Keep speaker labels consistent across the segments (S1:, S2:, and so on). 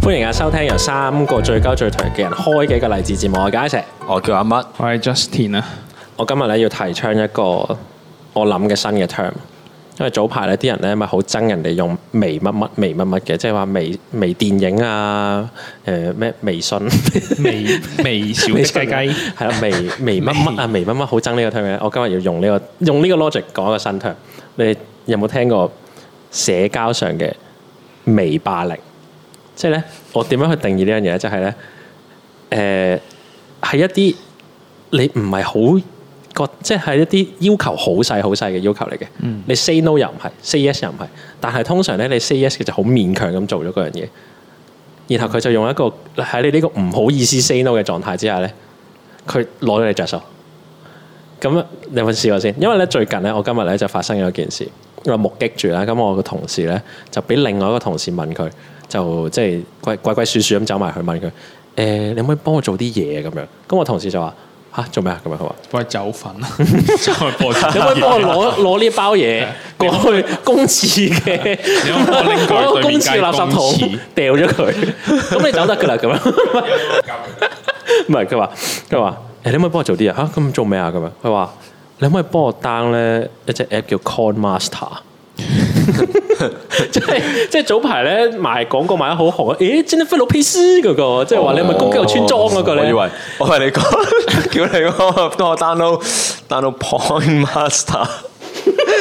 S1: 歡迎啊收聽由三個最高最頹嘅人開嘅一個勵志節目。我係佳石，
S2: 我哦叫阿乜，
S3: 我係 Justin 啊，
S1: 我今日咧要提倡一個我諗嘅新嘅 term，因為早排咧啲人咧咪好憎人哋用微乜乜微乜乜嘅，即係話微微電影啊，誒、咩微信。 啊
S3: 微微小的雞雞，
S1: 係啦，微微乜乜啊，微乜乜好憎呢個 term 嘅。我今日要用呢、個用呢個 logic 講一個新 term。你有冇聽過社交上嘅微霸凌？即係咧，我點樣去定義呢樣嘢呢？就係、呢，咧，誒、係一啲你唔係好覺，即係一啲要求好細好細嘅要求嚟嘅。你 say no 又唔係，say yes 又唔係，但係通常咧你 say yes 嘅就好勉強咁做咗嗰樣嘢。然後佢就用一個喺你呢個唔好意思 say no 嘅狀態之下咧，佢攞咗你着數。咁啊你有冇試過先？因為咧最近咧，我今日咧就發生咗一件事，我目擊住啦。咁我個同事咧就俾另外一個同事問佢，就即係鬼鬼鬼祟祟咁走埋去問佢：誒、你可唔可以幫我做啲嘢啊咁樣？咁我同事就話：吓，做咩啊？咁樣佢話。
S3: 我係走粉啊，再播出
S1: 你可唔可以幫我 攞攞呢包嘢過去公廁嘅？
S3: 你可唔可以拎過
S1: 攞
S3: 去
S1: 個公
S3: 對面
S1: 廁
S3: 街
S1: 垃圾
S3: 公
S1: 桶
S3: 廁
S1: 掉咗佢， 咁你走得噶啦咁樣。唔係佢話佢話誒，你可唔可以幫我做啲嘢嚇？咁做咩啊？咁樣佢話你可唔可以幫我 down 咧一隻 app 叫 Con Master？即係即係早排咧賣廣告賣得好紅，誒 Jennifer Lopez 嗰個，即係話你係咪攻擊我穿裝嗰個
S2: 哦我以
S1: 咧？
S2: 為我係你講， 叫你幫我幫我 download download Point Master。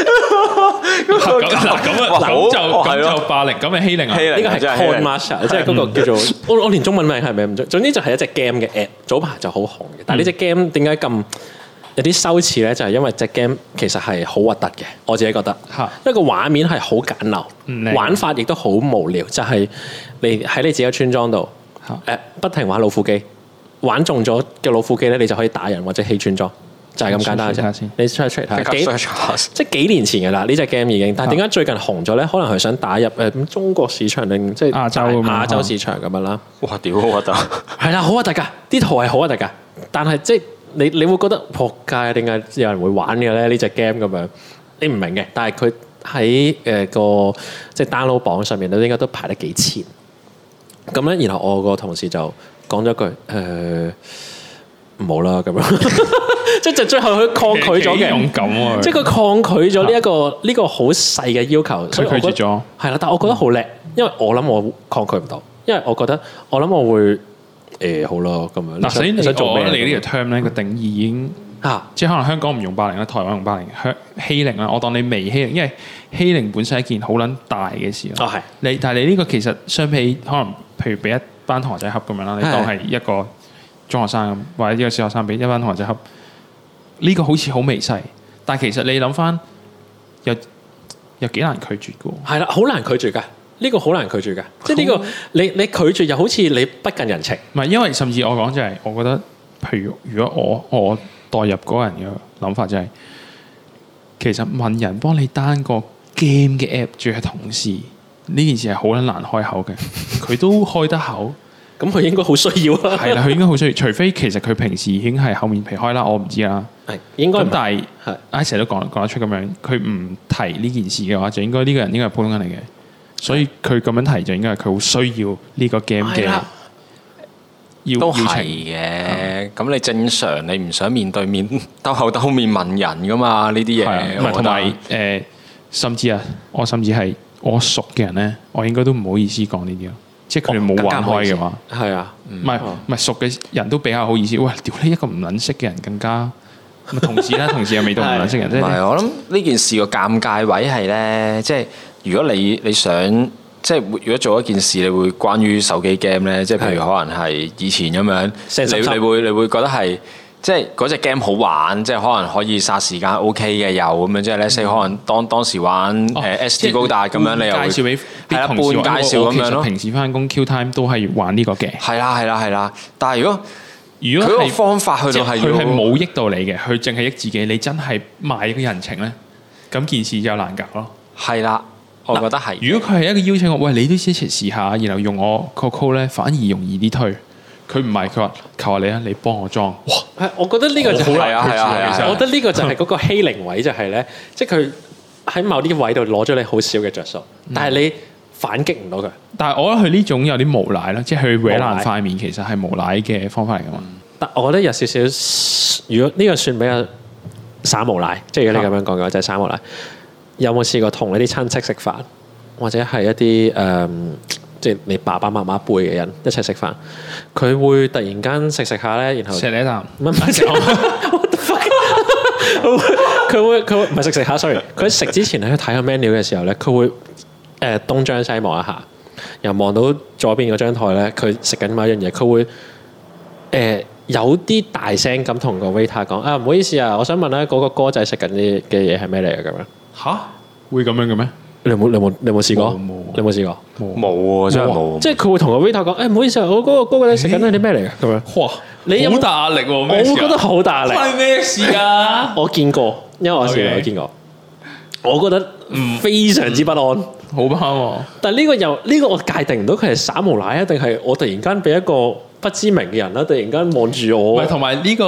S3: 咁嗱咁啊，
S2: 哇
S3: 咁就
S2: 好係
S3: 咁
S2: 咯
S3: 就霸凌，咁咪欺凌啊
S2: 欺！凌
S1: 呢個係
S2: 真係
S1: Con Master，即係嗰個叫做我我連中文名係咪唔知，總之就係一隻 game 嘅 app，早排就好紅嘅。但係呢只 game 點解咁有啲羞恥咧？就係因為只 game 其實係好核突嘅，我自己覺得
S3: 嚇，
S1: 因為個畫面係好簡
S3: 唔
S1: 陋，
S3: 靚
S1: 玩法亦都好無聊，就係你喺你自己嘅村莊度
S3: 嚇
S1: 誒不停玩老虎機，玩中咗嘅老虎機咧，你就可以打人或者起村莊，就係咁簡單嘅
S3: 你 search 下
S1: 啫
S3: 先。
S1: 你 search 出嚟睇下
S2: 即刻
S1: 幾
S2: search 下先
S1: 即係幾年前嘅啦，呢只 game 已經，
S3: 啊
S1: 但係點解最近紅咗咧？可能係想打入誒、中國市場定即係
S3: 啊亞洲
S1: 大
S3: 咁樣啊
S1: 亞洲
S3: 嚇
S1: 市場咁樣啦。
S2: 哇！屌好核突，
S1: 係啦，好核突㗎，啲圖係好核突㗎，但係即係你你會覺得撲街，點解有人會玩嘅咧？呢只 game 咁樣，你唔明嘅，但係佢喺誒個即係 download 榜上面咧，應該都排得幾前。咁咧，然後我個同事就講咗句誒唔好啦咁樣， 即係就最後佢抗拒咗
S3: 幾
S1: 嘅。
S3: 勇敢啊喎，
S1: 即係佢抗拒咗呢一個呢個好細嘅要求，所以我覺得
S3: 拒絕咗。
S1: 係啦，但我覺得好叻，因為我諗我抗拒唔到，因為我覺得我諗我會誒好咯咁樣。
S3: 嗱，首先
S1: 你
S3: 你
S1: 想做
S3: 我覺
S1: 咩？
S3: 得你呢條 term 咧個定義已經。
S1: 啊，
S3: 即係可能香港唔用霸凌啦，台灣用霸凌，香欺凌啦，我當你微欺凌，因為欺凌本身係一件好撚大嘅事啦。
S1: 哦係
S3: 你但係你呢個其實相比可能，譬如俾一班同學仔恰咁樣啦，你
S1: 係
S3: 當係一個中學生咁，或者一個小學生俾一班同學仔恰，呢、個好似好微細，但係其實你諗翻又又幾難拒絕嘅喎。
S1: 係啦，好難拒絕㗎，呢個好難拒絕㗎，即係呢個你你拒絕又好似你不近人情。
S3: 唔係因為甚至我講就係、我覺得譬如如果我我代入嗰個人嘅諗法就係、其實問人幫你 down 個 game 嘅 app，仲係同事呢件事係好撚難開口嘅，佢都開得口，
S1: 咁佢應該好需要啊啦，
S3: 係啦，佢應該好需要，除非其實佢平時已經係厚面皮開啦，我唔知啦。
S1: 係應該
S3: 咁
S1: 唔係
S3: 但 係
S1: 係
S3: 阿成日都講講得出咁樣，佢唔提呢件事嘅話，就應該呢個人應該係普通人嚟嘅，所以佢咁樣提就應該係佢好需要呢個 game 嘅
S1: 係
S3: 要
S1: 啦
S3: 要
S2: 都係
S3: 情。
S2: 嘅。咁你正常，你唔想面對面兜口兜面問人噶嘛？呢啲
S3: 係啊
S2: 嘢
S3: 唔係
S2: 我覺
S3: 同
S2: 得
S3: 埋誒，甚至啊，我甚至係我熟嘅人咧，我應該都唔好意思講呢啲咯，即係佢哋冇玩開嘅話，
S1: 係啊，
S3: 唔係唔係熟嘅人都比較好意思。喂，屌你一個唔撚識嘅人更加，咪同 事啦，同事又未到唔撚識嘅人，即
S2: 唔係，
S3: 係
S2: 我諗呢件事個尷尬位係咧，即係如果你你想即係如果做一件事，你會關於手機 game 咧，即係譬如可能係以前咁
S1: 四
S2: 樣，
S1: 十
S2: 你
S1: 七
S2: 你會你會覺得係。即係嗰只 game 好玩，即係可能可以殺時間 OK 嘅又咁樣，即係咧，即係可能當當時玩
S3: 嗯哦
S2: 誒 SD
S3: 即係
S2: 高達咁樣，你又會
S3: 介紹俾
S2: 係啦，
S3: 啲
S2: 半
S3: 同事話哦
S2: 介紹
S3: 我
S2: 咁
S3: 我其
S2: 樣
S3: 實
S2: 咯，
S3: 平時翻工 Q time 都係玩呢個嘅。
S2: 係啦係啦係啦。但係如果
S3: 如
S2: 佢
S3: 果
S2: 個
S3: 係
S2: 方法去
S3: 即
S2: 到
S3: 係
S2: 係
S3: 佢
S2: 要
S3: 係冇益到你嘅，佢淨係益自己，你真係賣個人情咧，咁件事就難搞咯。
S2: 係啦，我覺得係。
S3: 如果佢係一個邀請我，喂，你都一齊試下，然後用我個 call 咧，反而容易啲推。佢唔係，佢話求下你啊，你幫我裝。哇，
S1: 係我覺得呢個就係
S2: 好難拒絕啊其實
S1: 我覺得呢個就係嗰個欺
S2: 嗯
S1: 凌位，就係咧，即係佢喺某啲位度攞咗你好少嘅着數，但係你反擊唔到佢。
S3: 但係我覺得佢呢種有啲無賴啦，即係佢搲
S1: 無
S2: 哦
S3: 爛
S1: 賴
S3: 塊面，其實係無賴嘅方法嚟噶嘛。
S1: 但我覺得有少少，如果呢個算比較耍無賴，即係如果你咁樣
S2: 啊
S1: 講嘅話，就係耍無賴。有冇試過同你啲親戚食飯，或者係一啲誒、嗯即係你爸爸媽媽輩嘅人一齊食飯，佢會突然間食食下咧，然後
S3: 錫你一啖，
S1: 唔係唔係 What the fuck？佢會佢會唔係食食下，sorry。佢食之前喺度睇下 menu 嘅時候咧，佢會誒東張西望一下，又望到左邊嗰張台咧，佢食緊某一樣嘢，佢會誒、呃有啲大聲咁同個 waiter 講啊，唔好意思啊，我想問咧嗰個哥仔食緊啲嘅嘢係咩嚟啊嘅咁樣？
S3: 吓會咁樣嘅咩？
S1: 你有冇你有冇你有冇試過？
S3: 冇冇
S1: 你有冇試過？
S2: 冇喎，真係冇。
S1: 即係佢會同個 waiter 講，誒、唔好意思啊，我嗰個哥仔食緊啲咩嚟嘅咁樣？
S3: 哇！
S1: 你有冇
S3: 好大壓力喎，
S1: 我
S3: 咩事啊
S1: 會覺得好大壓力。
S3: 關你咩事啊？
S1: 我見過，因為我試
S3: OK
S1: 過，我見過。我覺得非常之不安，
S3: 好啱喎，
S1: 但呢個又呢、個我界定唔到佢係耍無賴啊，定係我突然間俾一個不知名嘅人啦，突然間望住
S3: 唔
S1: 我啊
S3: 係，同埋呢個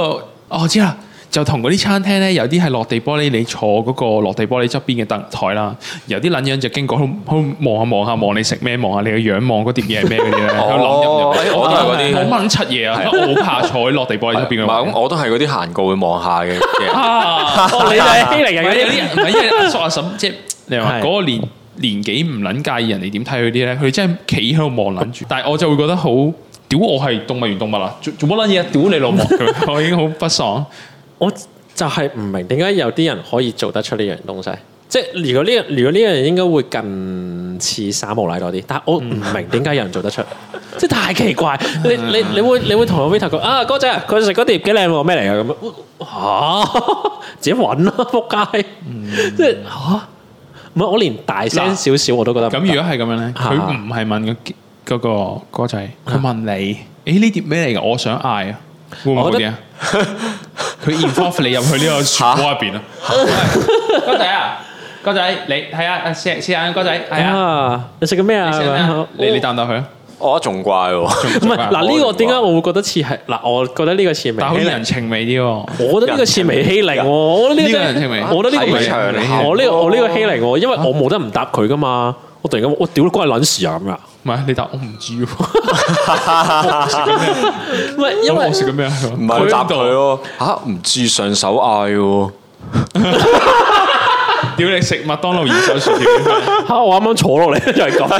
S3: 哦我知啦。就同嗰啲餐廳咧，有啲係落地玻璃，你坐嗰個落地玻璃側邊嘅凳台啦，有啲撚樣就經過，好好望下望下望你食咩，望下你個樣，望嗰碟嘢係咩嗰啲咧，喺度諗入
S2: 哦
S3: 入。
S2: 哎我都係嗰啲
S3: 我乜撚柒嘢啊！我好怕坐喺落地玻璃側
S2: 唔係
S3: 邊嘅位。
S2: 咁，我都係嗰啲行過會望下嘅 嘅人。
S3: 啊！
S1: 哦你就係欺 凌
S3: 唔係有
S1: 人
S3: 啲人，唔係因為阿叔阿嬸，即係你話
S1: 係
S3: 嗰個年年紀唔撚介意人哋點睇佢啲咧，佢真係企喺度望撚住。但係我就會覺得好屌，我係動物園動物啦，做做乜撚嘢啊？屌你老母！ 佢我已經好不爽。
S1: 我就係唔明點解有啲人可以做得出呢樣東西。即係如果呢樣，如果呢樣應該會近似耍無賴多啲，但係我唔明點解有人做得 出，即係太奇怪。你你你會你會同我 waiter 講啊，哥仔佢食嗰碟幾靚喎，咩嚟㗎咁樣？嚇， 自己揾啦，仆街！
S3: 嗯
S1: 即係嚇，唔係我連大聲少少我都覺得唔得
S3: 咁如果係咁樣咧，佢
S1: 啊
S3: 唔係問個嗰個哥仔，佢問你：，誒呢碟咩嚟㗎？我想嗌啊！會唔會
S1: 我
S3: 好
S1: 覺
S3: 啲
S1: 得
S3: 啊？ 佢 involve 你入去呢 個漩渦入邊啊！ 哥仔啊，哥仔，你睇下，試試下哥仔，係
S1: 啊，你食緊咩啊？咁樣
S3: 你你答唔答佢啊？
S2: 我覺得仲哦怪喎，
S1: 唔係嗱呢個點解我會覺得似係嗱？我覺得呢個似明
S3: 但係好
S1: 顯
S3: 似人情味啲喎。
S1: 我覺得呢個似微欺凌喎，我覺得呢個
S3: 呢個人
S1: 真
S3: 情味
S1: 係我覺得呢個唔
S2: 睇場嚟
S1: 係
S2: 嘅
S1: 我呢個我哦呢個欺凌喎，因為我冇得唔答佢噶嘛。我突然間，我屌關你撚事啊咁樣。
S3: 唔係你答我唔知喎，
S1: 唔係因為
S3: 我食緊咩啊？
S2: 唔係答佢
S3: 咯，
S2: 咯。吓，唔知上手嗌喎，
S3: 屌你食麥當勞二手 薯條，
S1: 嚇我啱啱坐落嚟就係咁。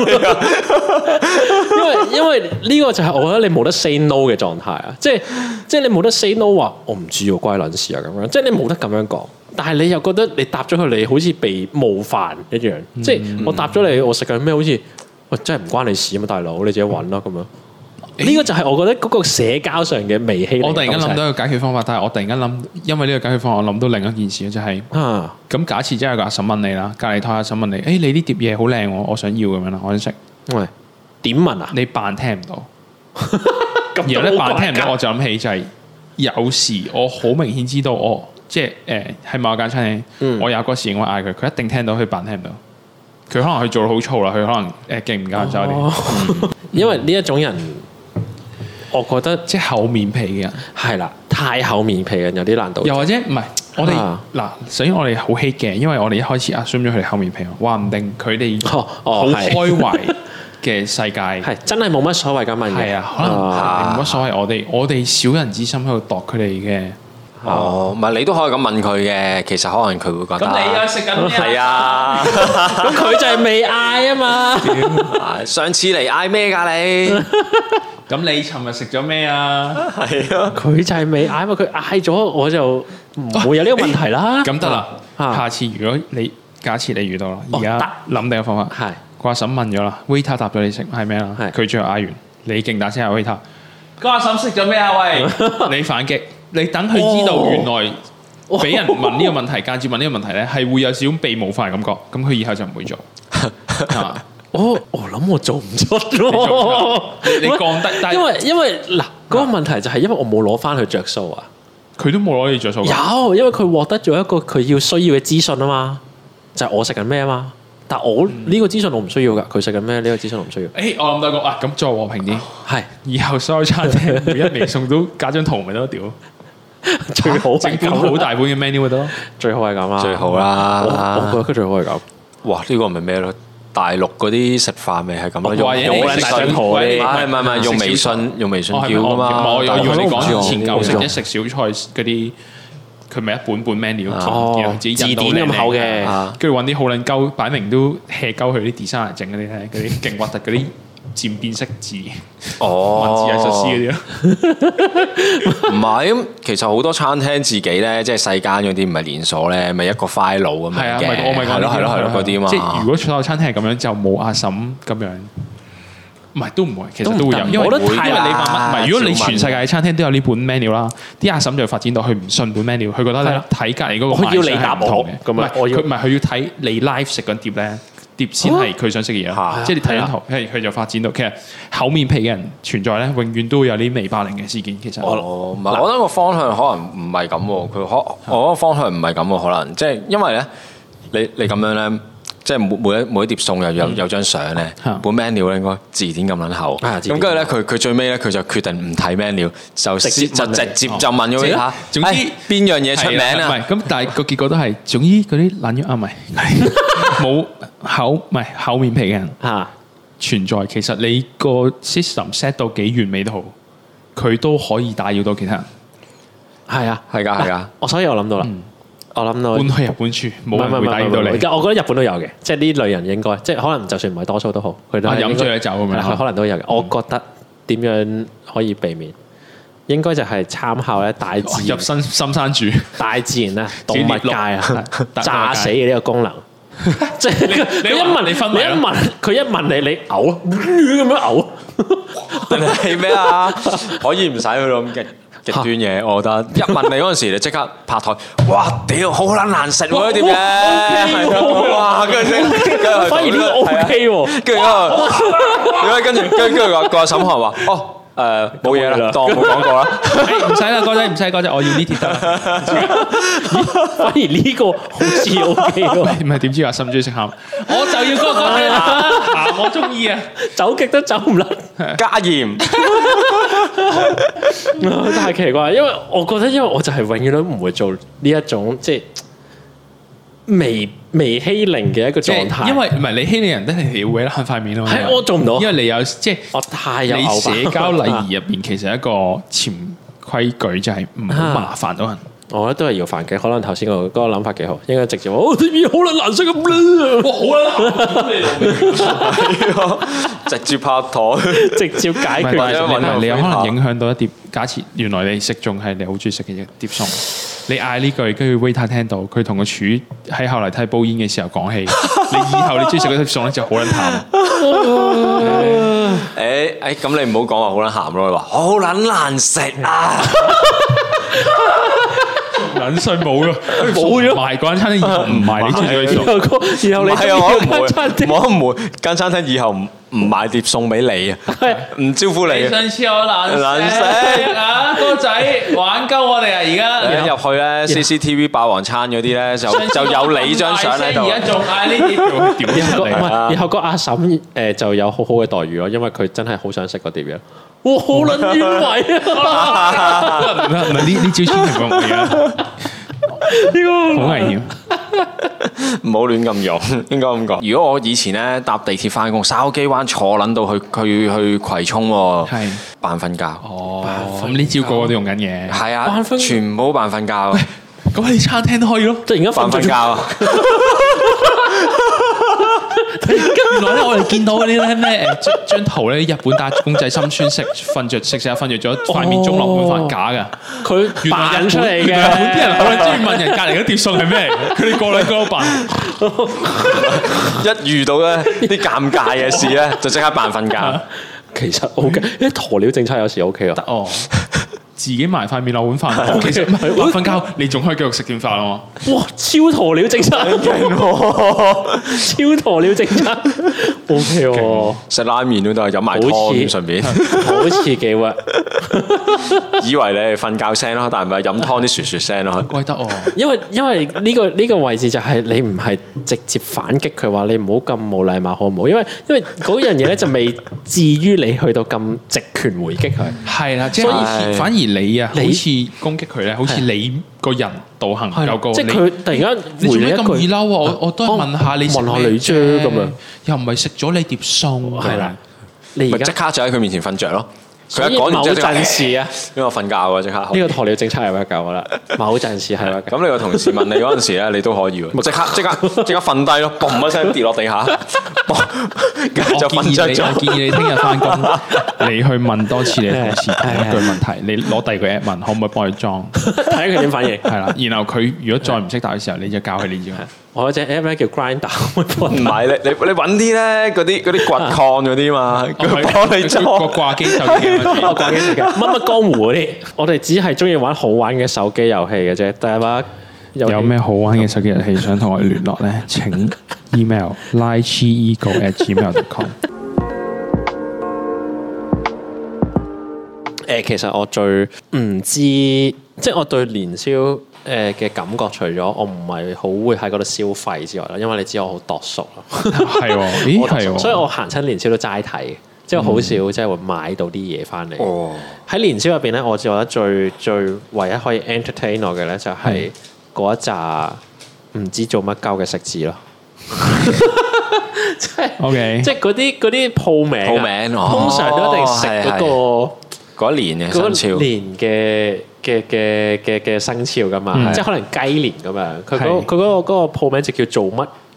S1: 因為因為呢個就係我覺得你冇得 say no 嘅狀態啊，即係即係你冇得 say no 話我唔知喎，關你撚事啊咁樣，即係你冇得咁樣講。但係你又覺得你答咗佢，你好似被冒犯一樣。即係我答咗你，我食緊咩好似喂真係唔關你事啊嘛，大佬你自己揾啦咁樣。呢個就係我覺得嗰個社交上嘅微氣。
S3: 我突然間諗到一個解決方法，但係我突然間諗，因為呢個解決方法，我諗到另一件事就係、
S1: 啊，
S3: 咁假設真係有個阿嬸問你啦，隔離台阿嬸問
S1: 嗯
S3: 你，誒、哎你呢碟嘢好靚喎，我想要咁樣啦，我想食，
S1: 喂點問啊？
S3: 你扮聽唔到，
S1: 咁
S3: 然後咧
S1: 都好
S3: 扮聽唔
S1: 怪
S3: 到，
S1: 㗎
S3: 我就諗起就係、有時我好明顯知道我即係誒喺某間餐廳，
S1: 嗯
S3: 我有個時我嗌佢，佢一定聽到，佢扮聽唔到，佢可能佢做到好燥啦，佢可能誒、呃勁唔
S1: 哦
S3: 夠手啲。
S1: 因為呢一種人，我覺得。
S3: 即係厚面皮嘅人，
S1: 係啦，太厚面皮嘅有啲難度。
S3: 又或者唔係我哋
S1: 啊
S3: 嗱，首先我哋好 hate 嘅，因為我哋一開始 assume 咗佢哋厚面皮喎，話唔定佢哋
S1: 哦哦
S3: 好
S1: 係
S3: 開懷嘅世界
S1: 係真係冇乜所謂咁問
S3: 係
S1: 嘅，
S3: 啊，可能
S1: 啊
S3: 冇乜所謂。我哋我哋小人之心喺度度佢哋嘅，
S2: 哦，唔係你都可以咁問佢嘅，其實可能佢會覺
S1: 啊
S2: 得。
S3: 食緊
S2: 係啊，
S1: 咁佢就係未嗌啊 嘛。
S2: 上次嚟嗌咩㗎你？
S3: 咁你尋日食咗咩啊？
S2: 係啊，
S1: 佢就係未嗌嘛，佢嗌咗我就唔會有呢個問題啦。
S3: 咁得啦，
S1: 啊
S3: 下次如果你假設你遇到啦，
S1: 哦
S3: 而家
S1: 得
S3: 諗定個方法，
S1: 係
S3: 個阿嬸問咗啦，waiter 答咗你食係咩啊啦，
S1: 係
S3: 佢最後嗌完，你勁大聲嗌 waiter，個阿嬸食咗咩啊？ 喂，你反擊，你等佢知道
S1: 哦
S3: 原來俾人問呢個問題，間接問呢個問題咧，係會有少少被冒犯嘅感覺，咁佢以後就唔會 做。係嘛
S1: 我我諗我做唔出
S3: 你做唔
S1: 咯。
S3: 出你你降低但係
S1: 因為因為嗱嗰個問題就係因為我冇攞翻佢着數啊。
S3: 佢都冇攞你着數㗎。
S1: 有，因為佢獲得咗一個佢要需要嘅資訊啊嘛，就係我食緊咩啊嘛。但我呢個資訊我唔需要㗎，佢食緊咩呢個資訊我唔需要。
S3: 誒，我諗到一個啊，咁再和平啲，
S1: 係
S3: 以後所有餐 廳每一味餸都加張圖咪得咯，屌，
S1: 最好係
S3: 整
S1: 咁
S3: 本
S1: 啦
S3: 好大本嘅 menu 咪得咯。
S1: 最好係咁啦。啊
S2: 最好
S1: 我我
S2: 啦。
S1: 覺得佢最好係咁。
S2: 哇，呢個咪咩咯？大陸嗰啲食飯咪係咁咯，
S3: 哇
S2: 用用
S3: 嘢你
S2: 微
S3: 食
S2: 信唔
S3: 上圖你
S2: 係唔係唔係用微信用微信
S3: 哦，係咪？
S2: 叫噶嘛？
S3: 我-我-我以為
S1: 但係
S3: 你
S1: 佢都唔
S3: 講
S1: 知我
S3: 以前舊式啲食小菜嗰啲，佢咪一本本menu，然後自己
S1: 啊哦字典
S3: 印到
S1: 咁
S3: 靚靚
S1: 厚嘅
S3: 啊，
S2: 啊。
S3: 跟住搵啲好撚鳩，擺明都hea鳩佢啲designer整嗰啲咧，嗰啲勁核突嗰啲漸變色字，
S1: 啊
S2: 哦，
S3: 文字藝術師嗰啲咯。
S2: 唔係咁，其實好多餐廳自己咧，即係細間嗰啲唔係連鎖咧，咪一個 file 咁
S3: 係
S2: 樣
S3: 啊，
S2: 嘅，
S3: 咪我咪講
S2: 係
S3: 呢
S2: 咯
S3: 啲
S2: 係咯係咯嗰啲嘛。
S3: 即係如果所有餐廳係咁樣，就冇阿嬸咁樣。唔係都唔會，其實都會
S1: 都唔
S3: 有，
S1: 得
S3: 因為
S1: 我覺得
S3: 因為你
S1: 太
S3: 慢慢唔係，如果你
S2: 小
S3: 全
S2: 民
S3: 世界嘅餐廳都有呢本 menu 啦，啲阿嬸就發展到佢唔信本 menu，佢覺得
S1: 係
S3: 咧
S1: 啊
S3: 睇隔離嗰個
S1: 我要你
S3: 賣相係
S1: 答
S3: 唔同
S1: 我
S3: 嘅
S1: 咁啊
S3: 唔係
S1: 我要
S3: 佢唔係佢要睇你 live 食緊碟咧，碟先係佢想食嘅
S2: 嚇
S3: 嘢，即係你睇
S1: 係
S3: 緊
S1: 啊
S3: 圖，係佢就發展到其實厚面皮嘅人存在咧，永遠都會有啲微霸凌嘅事件。其實
S2: 哦，唔係，我覺得個方向可能唔係咁喎，佢可我覺得方向唔係咁喎，可能即係因為咧，你你咁樣咧，即係每每一每一碟餸又有有張相咧
S3: 嗯嚇，
S2: 本 menu 咧應該字典咁撚厚，
S1: 啊字典
S2: 咁跟住咧佢佢最尾咧佢就決定唔睇 menu，就
S1: 直接
S2: 先就
S1: 問你
S2: 直接就問咗佢
S3: 哦
S2: 嚇，
S3: 總之
S2: 哎邊樣嘢出名
S3: 係唔
S2: 啊？
S3: 係咁，但係個結果都係，總之嗰啲懶咗啊，唔係冇厚唔係厚面皮嘅人
S1: 嚇，
S3: 存在。其實你個 system set 到幾完美都好，佢都可以打擾到其他人。
S1: 係啊，
S2: 係㗎係㗎
S1: 嗱。我所以我諗到啦，我諗到
S3: 搬去日本住，
S1: 唔
S3: 嗯冇
S1: 係唔係
S3: 人會
S1: 唔
S3: 打擾
S1: 係
S3: 到
S1: 唔
S3: 你。
S1: 係，我覺得日本都有嘅，即係呢類人應該，即係可能就算唔係多數都好，佢都
S3: 啊
S1: 係
S3: 飲
S1: 應該
S3: 醉咗酒咁樣嗯
S1: 係啦
S3: 嚇
S1: 佢可能都有嘅。我覺得點樣可以避免？應該就係參考咧大自
S3: 入
S1: 然，
S3: 深深山住，
S1: 大自然咧動物界 啊
S3: 自己，獵鹿
S1: 炸死嘅呢個 功能。即係佢
S3: 你
S1: 佢一問
S3: 你昏迷
S1: 你
S3: 咯
S1: 一問佢一問你，你嘔啊咁樣 嘔。
S2: 定係咩啊？可以唔使去到咁極極端嘢，我覺得一問你嗰陣時，你即刻拍台，哇！屌，好撚難食喎呢碟嘢，
S1: 哇
S2: 係啊哇！跟住跟住佢
S1: 反而呢個
S2: 係啊
S1: OK 喎，
S2: 跟住佢跟住跟住跟住個個阿嬸可能話：哦誒冇嘢啦，當冇講過啦。
S3: 誒唔使啦，哥仔唔使，哥仔，我要呢啲得啦。
S1: 反而呢個好似 OK 喎，
S3: 唔係點知阿心中意食鹹，我就要嗰個哥仔啦，鹹我中意啊。
S1: 走極都走唔甩。
S2: 加鹽
S1: 但係奇怪，因為我覺得，因為我就係永遠都唔會做呢一種即係微微欺凌嘅一個
S3: 即
S1: 狀態，
S3: 係因為唔係你欺凌人，都係你要搲爛塊面啊嘛。
S1: 係我做唔到
S3: 因為你有即係。
S1: 我太有
S3: 你
S1: 偶吧
S3: 社交禮儀入邊其實一個潛規矩就係唔好麻煩到人。
S1: 我覺得都係要煩嘅。可能頭先嗰個諗法幾好，應該直接話 哦啲嘢好撚難食咁啦，
S2: 直接拍台，
S1: 直接解
S3: 唔係
S1: 決
S2: 或
S1: 嘅。
S2: 者搵
S3: 你
S2: 人
S3: 你有
S2: 陪
S3: 可
S2: 下
S3: 能影響到一碟。假設原來你食中係你好中意食嘅一碟餸，你嗌呢句，跟住 waiter 聽到，佢同個廚喺後嚟睇煲煙嘅時候講起，你以後你中意食嗰碟餸咧就好撚淡。
S2: 誒誒咁你唔好講話好撚鹹咯，你話好撚難食啊！
S3: 撚信冇咯，
S1: 冇咗
S3: 賣嗰間餐廳以後唔賣你中意食嗰碟
S1: 然
S3: 餸。
S1: 後個然後
S2: 唔
S1: 你
S2: 係啊，我都唔會
S1: 餐，廳
S2: 我都唔會間餐廳以後唔唔買碟送俾你啊，唔招呼你啊。
S3: 次我 難
S2: 難食
S3: 啊，哥仔玩鳩我哋啊！而家
S2: 一入去咧，CCTV 霸王餐嗰啲咧就就有你張相喺度，
S3: 仲嗌呢啲點
S1: 然後個
S3: 出
S1: 唔
S3: 嚟
S1: 係
S2: 啊？
S1: 然後個阿嬸誒就有好好嘅待遇咯，因為佢真係好想食嗰碟嘢。哇！好撚冤位啊！
S3: 唔係唔係呢呢招千祈唔好用啊！
S1: 呢個
S3: 好危險。
S2: 唔好亂咁用， 應該咁講。如果我以前咧搭地鐵翻工，筲箕灣坐撚到去去去葵涌喎，
S3: 係
S2: 扮瞓覺，
S3: 哦，咁呢招個個都用緊嘅。
S2: 係啊
S1: 扮，瞓
S2: 全部扮瞓覺，
S3: 咁你餐廳都可以咯。
S1: 突然間
S2: 扮
S1: 瞓瞓
S2: 瞓覺
S1: 覺，
S2: 啊，
S3: 原來咧，我哋見到嗰啲 咧咩誒張張圖咧，日本打公仔心酸食瞓着食食下瞓着咗，塊面中落滿塊假㗎。
S1: 佢
S3: 原來
S1: 扮
S3: 日
S1: 印出嚟
S3: 本原來日本啲人好撚
S1: 嘅。
S3: 中意問人隔離嗰碟餸係咩嚟嘅，佢哋個兩 個都扮。
S2: 一遇到咧啲尷尬嘅事咧，就即刻扮瞓覺。
S1: 其實 O K，因為鴕鳥政策有時 O K 啊。
S3: 哦。自己埋塊面落 碗飯，其實唔係我瞓覺，你仲可以繼續食點飯喎。
S1: 哇！超鴕鳥政策，超鴕鳥政策，O K 喎，
S2: 食拉麵都得，飲埋
S1: 好似
S2: 湯順 便。
S1: 好似幾 w
S2: 以為你係瞓覺聲咯，但係咪飲湯啲雪雪聲咯？
S3: 喂得哦，
S1: 因為因為呢、個呢、個位置就係你唔係直接反擊佢話你唔好咁冇禮貌好唔好？因為因為嗰樣嘢咧就未至於你去到咁直拳回擊佢，
S3: 係啦，即係
S2: 所以
S3: 反而你你啊，好
S1: 你
S3: 似攻擊佢咧，好似你個人道行唔夠高，
S1: 即係
S3: 你
S1: 佢突然間
S3: 你
S1: 回
S3: 做
S1: 你
S3: 咩
S1: 一
S3: 咁易
S1: 句，
S3: 嬲啊？我我都係問下你食
S1: 問下
S3: 咩
S1: 你啫咁樣，
S3: 又唔係食咗你碟餸，
S1: 係啦，你 而
S2: 咪即
S1: 家
S2: 刻就喺佢面前瞓着咯。佢
S1: 所以
S2: 一講完
S1: 某
S2: 之後即刻，
S1: 陣時啊，
S2: 因為我瞓覺啊，即刻
S1: 呢。個鴕鳥政策係咪救我啦？某陣時係咪
S2: 咁你個同事問你嗰陣時咧，你都可以喎，即刻 即刻即刻瞓低咯，嘣一聲跌落地下，嘣跟住
S3: 我
S2: 就
S3: 建
S2: 瞓
S3: 議
S2: 着
S3: 你，我
S2: 咗。
S3: 建議你聽日翻工，你去問多次你同事同一句問題，你攞第二個 app 問，可唔可以幫佢裝？
S1: 睇佢點反 應。
S3: 係啦，然後佢如果再唔識答嘅時候，你就教佢呢招。
S1: 我有隻 app 咧叫 Grinder，
S2: 唔係你你你揾啲咧嗰啲嗰啲掘礦嗰啲嘛，佢幫你裝。
S3: 個掛機就已經
S1: 我講嘅
S3: 嗯
S1: 時間乜乜江湖嗰啲，我哋只係中意玩好玩嘅手機遊戲嘅啫。但係話有
S3: 有咩好玩嘅手機遊戲想同我哋聯絡咧？請 email liechiego@gmail.com。
S1: 誒？呃其實我最唔知，即係我對年宵誒嘅感覺，除咗我唔係好會喺嗰度消費之外啦，因為你知我好度熟啦。
S3: 係喎，咦
S1: 我
S3: 係喎，
S1: 所以我行親年宵都齋睇，即係好少即係會買到啲嘢翻嚟。
S3: 嗯
S2: 哦，
S1: 喺年宵入邊咧，我覺得最最唯一可以 entertain 我嘅咧，就
S3: 嗯
S1: 係嗰一紮唔知做乜鳩嘅食字 咯。即係
S3: OK，
S1: 即係嗰啲嗰啲鋪名啊，
S2: 鋪名哦
S1: 通常都一定食嗰個
S2: 嗰一年嘅
S1: 嗰
S2: 生
S1: 個
S2: 肖，
S1: 年嘅嘅嘅嘅嘅生肖噶嘛，
S3: 嗯
S1: 即係可能雞年咁樣。佢嗰
S3: 係
S1: 佢嗰個嗰個鋪名就叫做乜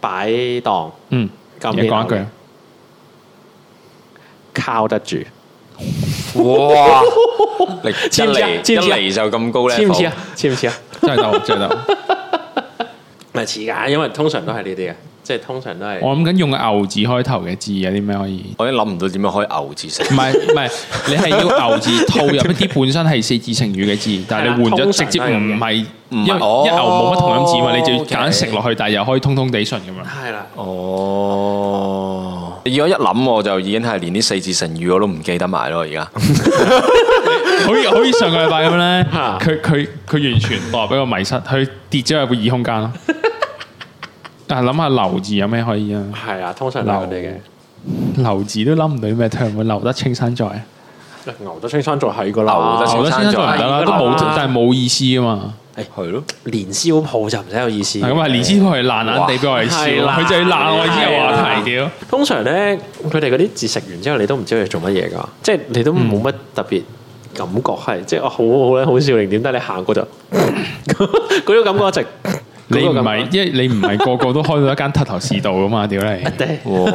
S1: 擺檔，
S3: 嗯，
S1: 咁
S3: 你講一句。
S1: 靠得住，
S2: 哇！你
S1: 知唔
S2: 一
S1: 知啊
S2: 嚟
S1: 知
S2: 一
S1: 唔知啊
S2: 嚟就咁高
S1: 似唔似
S2: level
S1: 啊？似唔似啊？
S3: 真係得， 真係得。
S1: 唔係似㗎，因為通常都係呢啲嘅，即係通常都係。
S3: 我諗緊用個牛字開頭嘅字有啲咩可以？
S2: 我已經諗唔到點樣可以牛字食
S3: 唔。係唔係，你係要牛字套入一啲本身係四字成語嘅字，但係你換咗直接唔係，因為一牛
S2: 哦
S3: 冇乜同音字嘛，你就要
S2: OK
S3: 揀食落去，但係又可以通通地順咁樣。
S1: 係啦，
S2: 哦，如果一諗我就已經係連呢四字成語我都唔記得埋咯，而家
S3: 好 似好似上個禮拜咁咧，
S1: 嚇
S3: 佢佢佢完全落入一個迷失，佢跌咗入個異空 間咯。但係諗下流字有咩可以啊？
S1: 係啦，通常都係佢哋
S3: 流字都諗唔到啲咩 term，留得青山在，留
S1: 嘅。牛得青山在係個
S2: 牛得
S1: 啦，
S2: 青
S3: 得青山在唔得啦，都冇但係冇意思啊嘛。
S2: 係咯，
S1: 年宵鋪就唔使有意思。
S3: 嗱咁啊，連師傅係爛爛地俾我哋笑，
S1: 係啦
S3: 佢就要爛我哋呢個話題屌。
S1: 通常咧，佢哋嗰啲字食完之後，你都唔知佢哋做乜嘢㗎，即係你都冇
S3: 嗯
S1: 乜特別感覺係，即係哦我好好咧好笑定點，但係你行過就 嗰種感覺一直。
S3: 你
S1: 嗰
S3: 唔
S1: 個感
S3: 係，因為你唔係個個都開到一間頭頭是道噶嘛，屌你！
S1: 覺對
S2: 哇！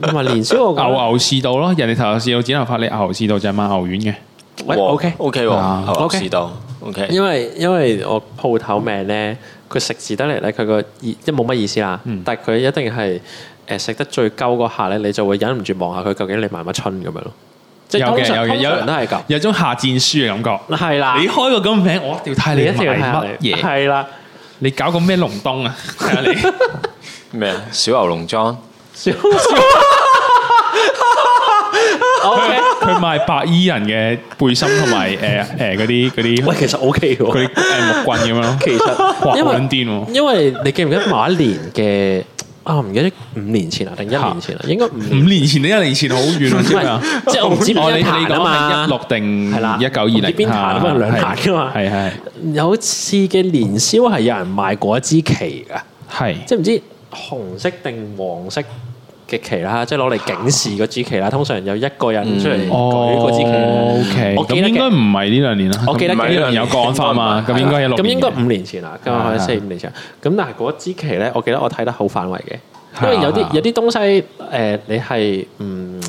S1: 同埋年宵我覺得
S3: 牛牛是道咯，人哋頭頭是道只能發你牛牛是道就係賣牛丸嘅，
S1: 喂
S2: 哇
S1: OK
S2: OK 喎，
S3: 啊
S2: 牛牛
S1: OK
S2: 是道 OK，
S1: 因為因為我鋪頭名咧，佢食字得嚟咧，佢個意即係冇乜意思啦。
S3: 嗯
S1: 但係佢一定係誒食得最鳩嗰下咧，你就會忍唔住望下佢究竟你賣乜春咁樣咯。即係
S3: 有
S1: 通
S3: 嘅
S1: 常
S3: 有嘅
S1: 通
S3: 有
S1: 常都係咁。
S3: 有種下戰書嘅感覺。
S1: 係啦，
S3: 你開個咁嘅名，我一定要睇
S1: 你
S3: 你
S1: 一定要睇下
S3: 賣乜
S1: 你
S3: 嘢，
S1: 係 啦，
S3: 你搞個咩隆冬啊？睇下你
S2: 咩啊小牛龍裝，
S1: 小 OK。
S3: 佢賣白衣人嘅背心同埋誒誒嗰啲嗰啲
S1: 喂，其實 OK
S3: 嗰
S1: 喎。
S3: 啲誒木棍咁樣咯，
S1: 其
S3: 哇
S1: 實因
S3: 好
S1: 為
S3: 撚癲喎！
S1: 因為你記唔記得某一年嘅啊？唔記得五年前啊，定一年前啊？應該五年
S3: 五年前定一年前好遠啊，知唔知啊？
S1: 即係我唔知邊
S3: 哦，
S1: 一
S3: 你
S1: 壇
S3: 你
S1: 啊嘛
S3: 講係一六定
S1: 係啦
S3: 一九二零
S1: 邊壇啊嘛兩壇㗎嘛
S3: 係係
S1: 有次嘅年宵係有人賣過一支旗㗎，
S3: 係。
S1: 即係唔知紅色定黃色嘅旗啦，即係攞嚟警示嗰支旗啦。通常有一個人出嚟舉嗰支
S3: 嗯哦
S1: 旗。
S3: ，OK，
S1: 我記
S3: 咁
S1: 得
S3: 應該
S1: 嘅，
S3: 唔係呢兩年啦，
S1: 我記得
S3: 咁
S1: 嘅
S3: 唔係呢兩啊年有國安法嘛，咁應該有六
S1: 咁
S3: 年啊
S1: 應
S3: 嘅，
S1: 該五年前啦，咁或者四五年前。啊咁但係嗰支旗咧，我記得我睇得好反胃嘅，因為有
S3: 係啊
S1: 啲有啲東西誒，你係嗯，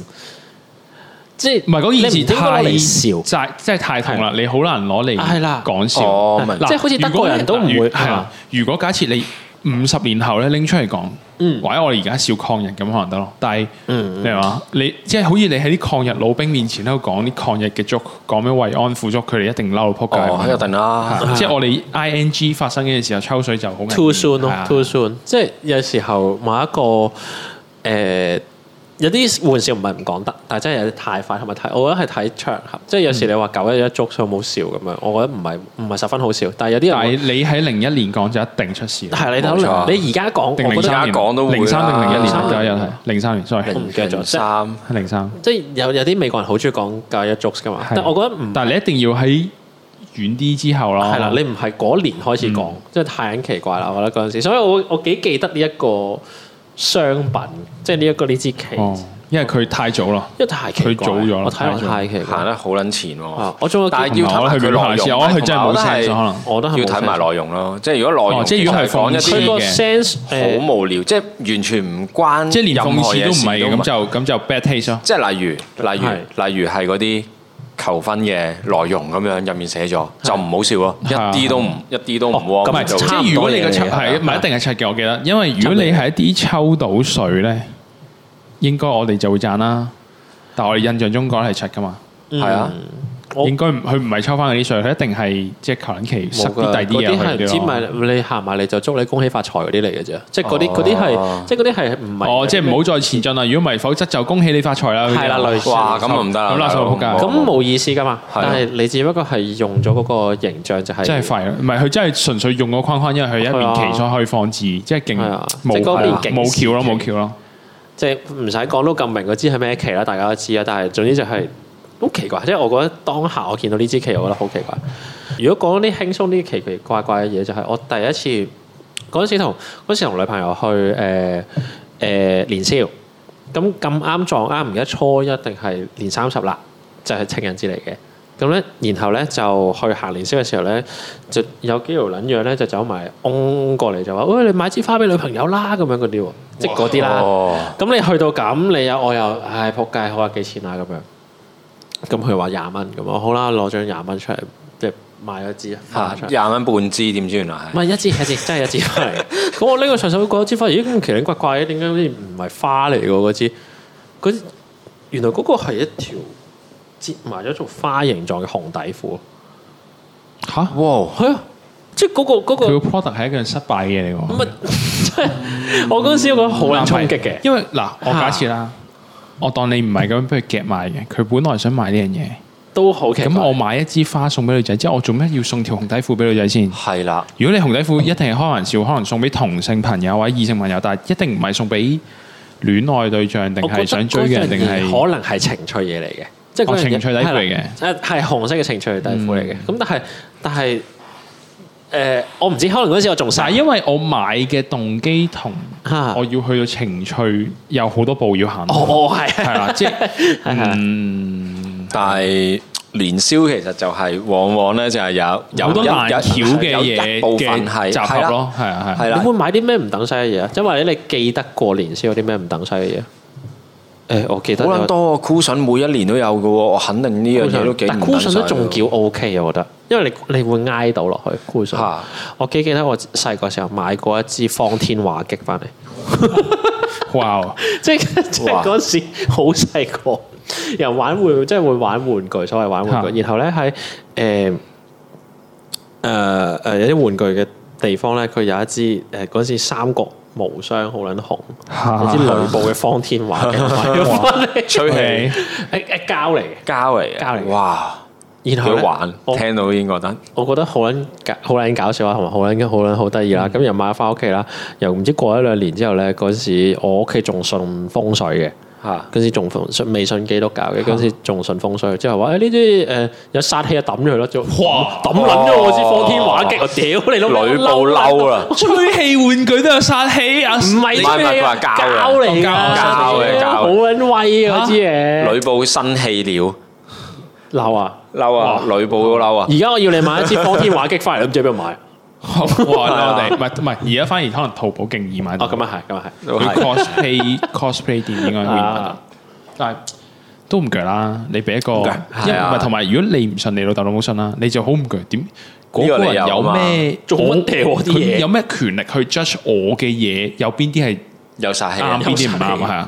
S1: 即係
S3: 唔係嗰件
S1: 你唔
S3: 事
S1: 應該攞
S3: 太
S1: 嚟笑。啊
S3: 太即係太痛啦，你好難攞嚟
S1: 係啦
S3: 講笑，
S2: 哦明
S3: 嗱
S1: 即係好似德國人都唔會
S3: 啊如係啦。如果假設你五十年後咧拎出嚟講，
S1: 嗯
S3: 或者我哋而家笑抗日咁可能得咯。但係、你話你即係好似你喺啲抗日老兵面前喺度講啲抗日嘅 joke，講咩慰安婦 joke，佢哋一定嬲到撲街。
S2: 哦，一定啦，
S3: 係即係我哋 ing 發生嘅時候抽水就好危險
S1: too soon 咯
S3: 係啊
S1: ，too soon，即係有時候某一個誒、呃有啲玩笑唔係唔講得，但係真係有啲太快同埋太，我覺得係睇場合，即係有時你話九一一捉數冇笑咁樣，我覺得唔係唔係十分好笑，但係有啲
S3: 但係
S1: 人
S3: 你喺零一年講就一定出事啦。
S1: 係你
S2: 冇錯
S1: 睇你而家講，
S3: 啊定
S1: 我
S3: 零
S1: 覺得
S3: 三
S2: 而
S3: 年
S2: 家講都會啦
S3: 零三定零一年
S1: 03
S3: 都有係零三年，sorry，
S1: 我唔記得咗，即係
S2: 三
S3: 零三。
S1: 即係有有啲美國人好中意講九一一 jokes 噶嘛，
S3: 係
S1: 但我覺得唔
S3: 但係你一定要喺遠啲之後咯。
S1: 係啦，你唔係嗰年開始講，即係太撚奇怪啦！我覺得嗰陣時，所以我我幾記得呢一個商品，即係呢一個呢支旗，
S3: 哦，因為佢太早啦。
S1: 因為太奇怪，
S3: 佢早咗啦
S1: 我睇落
S3: 太早
S1: 太奇怪
S2: 行得好撚前
S1: 啊
S2: 喎！！
S1: 我仲有
S2: 但係要
S3: 唔係我
S2: 睇
S3: 去
S2: 埋
S3: 下
S2: 佢內
S3: 次，
S2: 容，
S3: 我覺得佢真係
S2: 我覺
S3: 冇
S2: 得
S3: sense 可
S2: 係
S3: 能。
S1: 我都係
S2: 要睇埋內容咯，即係如果內
S3: 哦
S2: 容
S3: 即係如果係
S2: 其實講一
S3: 諷刺
S1: 佢
S2: 啲
S1: 個
S3: 嘅
S1: sense 誒
S2: 好無聊，即係完全唔關
S3: 即係連
S2: 任
S3: 諷
S2: 何
S3: 刺
S2: 嘢
S3: 都唔係
S2: 事
S3: 嘅，
S2: 㗎
S3: 咁
S2: 嘛
S3: 就咁就 bad taste 咯。
S2: 即係例如，例如，例如係嗰啲求婚嘅內容咁樣，入面寫咗就唔好笑咯，一
S3: 係啊
S2: 啲都唔，一啲都唔
S1: 哦
S2: warm
S1: 咁咪
S2: 就
S3: 即
S1: 差唔
S3: 係如果你嘅
S1: 多嘢
S3: 出
S1: 嚟嘅
S3: 係唔係一定係出嘅？我記得，因為如果你係一啲抽到水咧，應該我哋就會讚啦。但我哋印象中講係出噶嘛，
S1: 呃
S2: 係啊，
S1: 我
S3: 應該唔佢唔係抽翻嗰啲水，佢一定係即係求撚其塞
S1: 冇
S3: 啲
S1: 㗎，
S3: 第啲
S1: 嗰
S3: 嘢
S1: 啲係
S3: 去
S1: 唔知
S3: 啲咯。
S1: 咪你行埋嚟就祝你恭喜發財嗰啲嚟嘅啫，即係嗰啲
S2: 哦
S1: 嗰啲係即係嗰啲係唔係
S3: 哦，即係唔好再前進啦！如果唔係，否則就恭喜你發財啦。
S1: 係啦類似
S2: 哇咁就唔得啦，
S3: 咁垃圾仆街
S2: 大佬
S1: 咁冇意思噶嘛，
S2: 係啊
S1: 但係你只不過係用咗嗰個形象就係
S3: 真係廢啦！唔係佢真係純粹用個框框，因為佢一面旗所以可以放置，即係勁
S1: 係啊
S3: 冇
S1: 即係嗰邊勁
S3: 冇橋咯，冇橋咯。
S1: 即係唔使講到咁明，佢知係咩旗啦，大家都知啦。但係總之就係、好奇怪，即係我覺得當下我見到呢支旗，我覺得好奇怪。如果講啲輕鬆啲奇奇怪怪嘅嘢，就係、我第一次嗰陣時同嗰陣時同女朋友去誒誒、呃呃年宵，咁咁啱撞啱，而家初一定係年三十啦，就係、情人節嚟嘅。咁咧，然後咧就去行年宵嘅時候咧，就有幾條撚樣咧就走埋嗡過嚟就話：，喂，你買支花俾女朋友啦，咁樣嗰啲喎，即係嗰啲啦。
S2: 哦
S1: 咁你去到咁，你又我又唉仆街，好啊幾錢啊咁樣？咁佢話廿蚊咁我好啦，攞張廿蚊出嚟，即係買咗支花出嚟。
S2: 廿蚊半支點知原來
S1: 唔係
S2: 係
S1: 一支一支，真係一支花嚟。咁我呢個上手覺得支花，咦咁奇靈怪怪嘅，點解好似唔係花嚟嘅嗰支？嗰支原來嗰個係一條折埋咗做花形狀嘅紅底褲。
S3: 嚇！
S2: 哇！
S1: 係啊，即係嗰個嗰個
S3: 佢個 product 係一樣失敗嘅嘢嚟
S1: 咁
S3: 喎。
S1: 啊，真係我嗰陣時我覺得好撚衝擊嘅。
S3: 因為嗱，我假設啦，我當你唔係咁樣俾佢夾埋嘅，佢本來想買呢樣嘢，
S1: 都好奇怪。
S3: 咁我買一支花送俾女仔，之後我做咩要送條紅底褲俾女仔先？
S2: 係啦，
S3: 如果你紅底 褲一定係開玩笑，可能送俾同性朋友或者異性朋友，但係一定唔係送俾戀愛對象，定
S1: 我覺
S3: 係
S1: 得
S3: 想追嘅人，定
S1: 嗰樣嘢
S3: 係
S1: 可能係情趣嘢嚟嘅，即係
S3: 哦
S1: 嗰樣嘢
S3: 情趣底
S1: 係
S3: 褲
S1: 啦
S3: 嚟嘅嗯
S1: 誒係紅色嘅情趣底褲嚟嘅。咁但係但係誒，我唔知，可能嗰陣時我仲
S3: 但
S1: 細，
S3: 係因為我買嘅動機同
S1: 嚇
S3: 我要去到情趣有好多步要行，
S1: 哦係
S3: 係啦，即係嗯
S2: 但係年宵其實就係往往咧就係有有
S3: 好多
S2: 一
S3: 難
S2: 有
S3: 橋
S2: 一
S3: 嘅
S2: 有一
S3: 嘢
S2: 部分係
S3: 嘅集合咯，係啊係
S2: 係
S3: 啊。
S1: 你
S2: 啦
S1: 會買啲咩唔等西嘅嘢啊？即係或者你記得過年先有啲咩唔等西嘅嘢？誒，我記得
S2: 好
S1: 有
S2: 撚多 cushion 每一年都有嘅喎，我肯定呢樣嘢都幾唔
S1: 但
S2: 等使
S1: cushion 都仲
S2: 喎
S1: 叫 OK 啊，我覺得，因為你你會挨到落去 cushion。
S2: 嚇
S1: 我幾記得我細個時候買過一支方天畫戟翻嚟。
S3: 哇！
S1: 即係 即係
S2: 哇
S1: 嗰時好細個，又玩玩即係會玩玩具，所謂玩玩具。然後咧喺誒誒誒有啲玩具嘅地方咧，佢有一支誒嗰陣時三國無雙好撚紅，
S3: 啊
S1: 有支呂布嘅方天畫戟買咗翻嚟，
S2: 吹
S3: 氣
S1: 誒誒膠嚟嘅。
S2: 膠嚟嘅，
S1: 膠嚟嘅
S2: 哇！
S1: 然後
S2: 佢
S1: 呢
S2: 玩
S1: 我
S2: 聽到已經覺得
S1: 我覺得好撚搞好撚搞笑啊，同埋好撚好撚好得意啦。
S2: 嗯
S1: 咁又買翻屋企啦，又唔知過一兩年之後咧，嗰陣時我屋企仲信風水嘅。
S2: 嚇
S1: 嗰陣時仲信未信基督教嘅，嗰陣時仲信風水，之後話誒哎呢啲誒有殺氣啊抌咗佢咯，就哇抌撚咗我支方天畫戟，我屌你老母
S2: 呂布嬲啦，
S3: 吹氣玩具都有殺氣啊！
S1: 唔係
S2: 唔係唔係
S1: 咩啊
S2: 佢話膠嘅
S1: 膠嚟㗎，
S2: 膠嘅膠嘅
S1: 好撚威啊嗰支嘢，
S2: 呂布生氣了，
S1: 鬧啊！
S2: 嬲啊！呂布都嬲啊！
S1: 而家我要你買一支方天畫戟 翻嚟，都唔知 喺邊度
S2: 嗯
S1: 買。
S3: 哇！我哋唔係唔係，而家反而可能淘寶勁易買到。
S1: 哦，咁啊係，咁啊係。
S3: 佢 cosplay cosplay 店應該會
S2: 嗯
S3: 買到，但係都唔鋸啦。你俾一個，因為
S2: 係啊
S3: 唔係同埋，如果你唔信你老豆老母信啦，你就好唔鋸。點嗰個人有咩
S1: 做乜掉我啲嘢
S3: 佢有咩權力去 judge 我嘅嘢？有邊啲係
S2: 有晒氣，
S3: 啱邊啲唔啱啊？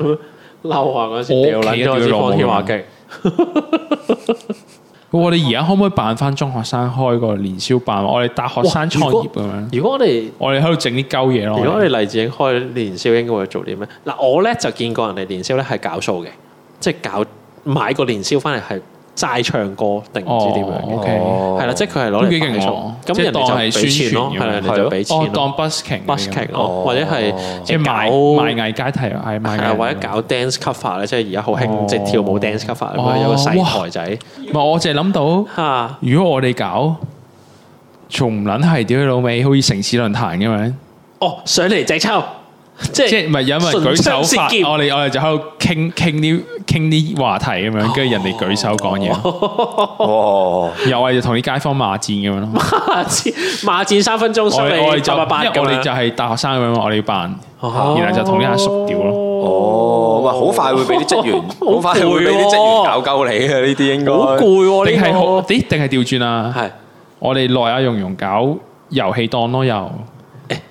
S1: 嬲啊！嗰時
S3: 我
S1: 掉
S3: 屋企
S1: 撚
S3: 都
S1: 咗
S3: 要
S1: 支
S3: 落
S1: 方天
S3: 網啊
S1: 畫戟，
S3: 我哋而家可唔可以辦翻中學生開個年宵辦？我哋帶學生創業咁樣，
S1: 如果我哋
S3: 我哋喺度整啲鳩嘢咯。
S1: 如果
S3: 我
S1: 我
S3: 哋
S1: 哋黎智英開年宵，應該會做啲咩？嗱，我咧就見過人哋年宵咧係搞 show 嘅，即係搞買個年宵翻嚟係齋唱歌定唔知點樣
S3: 哦
S1: 嘅，
S3: OK
S1: 係啦，即係佢係攞
S3: 都幾
S1: 嚟
S3: 勁
S1: 擺 show
S3: 喎，
S1: 咁
S3: 即係
S1: 人
S3: 當
S1: 哋就
S3: 係
S1: 俾
S3: 宣
S1: 錢
S2: 傳
S1: 咯，
S2: 咁
S1: 係啦，人
S2: 係
S1: 哋
S2: 咯
S1: 就俾
S3: 哦
S1: 錢，
S3: 當
S1: 咯
S3: busking 咁樣
S1: ，busking 咯，或者哦係
S3: 即係
S1: 搞
S3: 賣賣藝階梯啊，係賣
S1: 係
S3: 藝
S1: 啊，或者搞 dance cover 咧，即係而家好興即係跳舞 dance cover 咁
S3: 哦
S1: 樣，有個細
S3: 哇
S1: 台仔
S3: 唔係，我淨係諗到。
S1: 嚇，
S3: 如果我哋搞，仲唔撚係屌你老味，好似城市論壇咁樣，
S1: 哦上嚟隻抽，即
S3: 即係唔係因為舉
S1: 唇
S3: 手法，
S1: 槍舌劍
S3: 我哋我哋就喺度傾傾啲傾啲話題咁樣，跟住人哋舉手講嘢，
S2: 哦，
S3: 又我哋就同啲街坊罵戰咁樣咯。
S1: 罵戰罵戰三分鐘，
S3: 我
S1: 收
S3: 哋我哋
S1: 你
S3: 就
S1: 八八八
S3: 因為
S1: 咁
S3: 我哋
S1: 樣
S3: 就。係大學生咁樣嘛，我哋要扮，
S1: 哦
S3: 然後就同啲阿叔屌咯。
S2: 哦，喂，好快會俾啲 職員，好快會俾啲職員搞鳩你啊！呢啲應該
S1: 好攰喎，
S3: 定
S1: 呢
S3: 係
S1: 個
S3: 好？咦？定係調轉啊？
S1: 係，
S3: 我哋內阿蓉蓉搞遊戲檔咯，又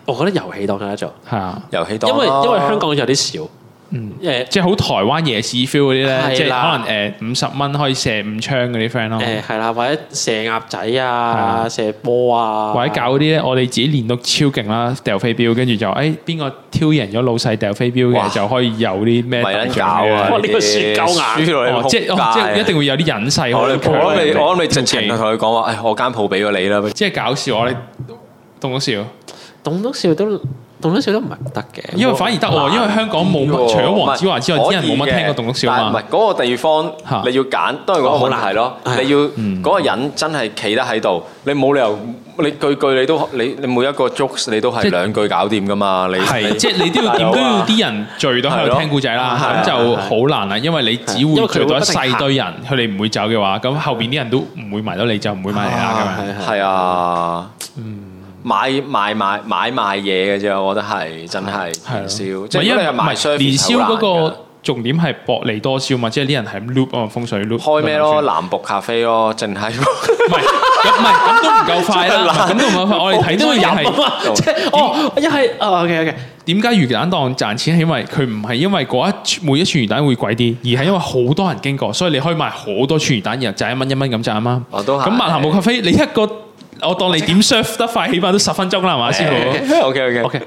S1: 我覺得遊戲檔有得做，
S3: 係啊，
S2: 遊戲檔
S1: 因為
S2: 啦
S1: 因為香港有啲少，
S3: 嗯
S1: 誒
S3: 即係好台灣夜市 feel 嗰啲咧，
S1: 係
S3: 即係可
S1: 啦
S3: 能誒五十蚊可以射五槍嗰啲 friend 咯。
S1: 誒係啦，或者射鴨仔啊，
S3: 哦啊
S1: 射波啊，
S3: 或者搞嗰啲咧，我哋自己練到超勁啦，掉飛鏢，跟住就誒邊個挑贏咗老細掉飛鏢
S2: 哇
S3: 嘅，就可以有啲咩
S2: 咪撚
S3: 特
S2: 搞
S3: 獎
S2: 啊！
S3: 嘅
S1: 哇呢個雪狗眼
S2: 輸落
S3: 哦
S2: 你
S3: 即係哦即係一定會有啲隱世
S2: 我
S3: 可以
S2: 哋
S3: 強
S2: 我諗你
S3: 嘅
S2: 我諗你直情同佢講話，誒我間鋪俾咗你啦，
S3: 即係搞笑，我哋棟到笑，
S1: 棟篤笑都棟篤笑都唔係唔得嘅，
S3: 因為反而得喎，因為香港冇乜，除咗黃子華之外，啲人冇乜聽過棟篤笑啊
S2: 唔係
S3: 嘛。
S2: 嗰個地方
S3: 嚇
S2: 你要揀，當然嗰個問題咯。
S1: 好難
S2: 你要嗰個人真係企得喺度，你冇理由你句句你都你你每一個 jokes 你都係
S3: 即係
S2: 兩句搞掂噶嘛？你
S3: 係，
S2: 你
S3: 即係你都要
S2: 大
S3: 點
S2: 佬啊
S3: 都要啲人聚到喺
S2: 係
S3: 度
S2: 咯
S3: 聽故仔
S1: 係
S3: 啦
S1: 啊，
S3: 咁就好難啦，因為你只
S1: 因為
S3: 會
S1: 佢會
S3: 聚到一
S1: 不停
S3: 細
S1: 行
S3: 堆人，佢哋唔會走嘅話，咁後邊啲人都唔會埋到你，就唔會埋你啦咁樣。
S1: 係係
S2: 係啊，買買買買賣嘢嘅啫，我覺得係真係
S3: 係
S2: 年宵，
S3: 咯
S2: 即係
S3: 唔因
S2: 因為
S3: 為
S2: 係賣
S3: 唔係
S2: service
S3: 年宵嗰
S2: 好難㗎
S3: 個重點係薄利多銷嘛，即係啲人係咁 loop 啊風水 loop
S2: 開咩咯？
S3: 唔
S2: 南博咖啡咯，淨係
S3: 係咁唔係咁都唔夠 快啦，咁都唔夠快。我哋睇
S1: 都
S3: 到
S1: 會
S3: 嘅
S1: 飲
S3: 嘢
S1: 啊
S3: 係
S1: 嘛，即係哦，一係哦 OK OK，
S3: 點解魚蛋檔賺錢係因為佢唔係因為嗰一每一串魚蛋會貴啲，而係因為好多人經過，所以你可以賣好多串魚蛋，然後賺一蚊一蚊咁賺啊嘛。
S2: 我都係
S3: 咁萬行冇咖啡，你一個我當你點 serve 得快，起碼都十分鐘啦，係嘛，師 傅？
S2: OK OK
S1: OK，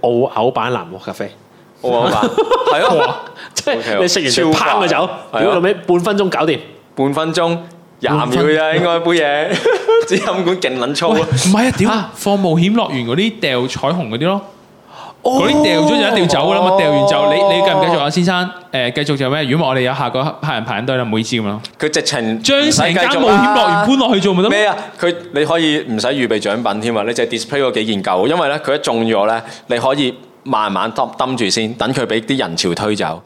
S1: 澳口版藍莓咖啡，
S2: 我老闆係咯，
S1: 即係
S2: OK，
S1: 你食完
S2: 超
S1: 就
S2: 快
S1: 拋佢走，
S2: 係啊
S1: 屌到尾半分鐘搞掂，
S2: 半分鐘廿秒啫，應該杯 嘢，支飲管勁撚粗
S3: 喂
S2: 啊！
S3: 唔係啊，屌！放冒險樂園嗰啲掉彩虹嗰啲咯。嗰啲掉咗就一定要走噶啦嘛，掉完就你你繼唔繼續啊，先生？誒繼續就咩？如果唔係我哋有下個客人排緊隊啦，唔好意思咁樣咯。
S2: 佢直情
S3: 將成間冒險樂園搬落去做咪得咯？
S2: 咩啊？佢你可以唔使預備獎品添啊！你就 display 嗰幾件舊，因為咧佢一中咗咧，你可以慢慢揼揼住先，等佢俾啲人潮推走。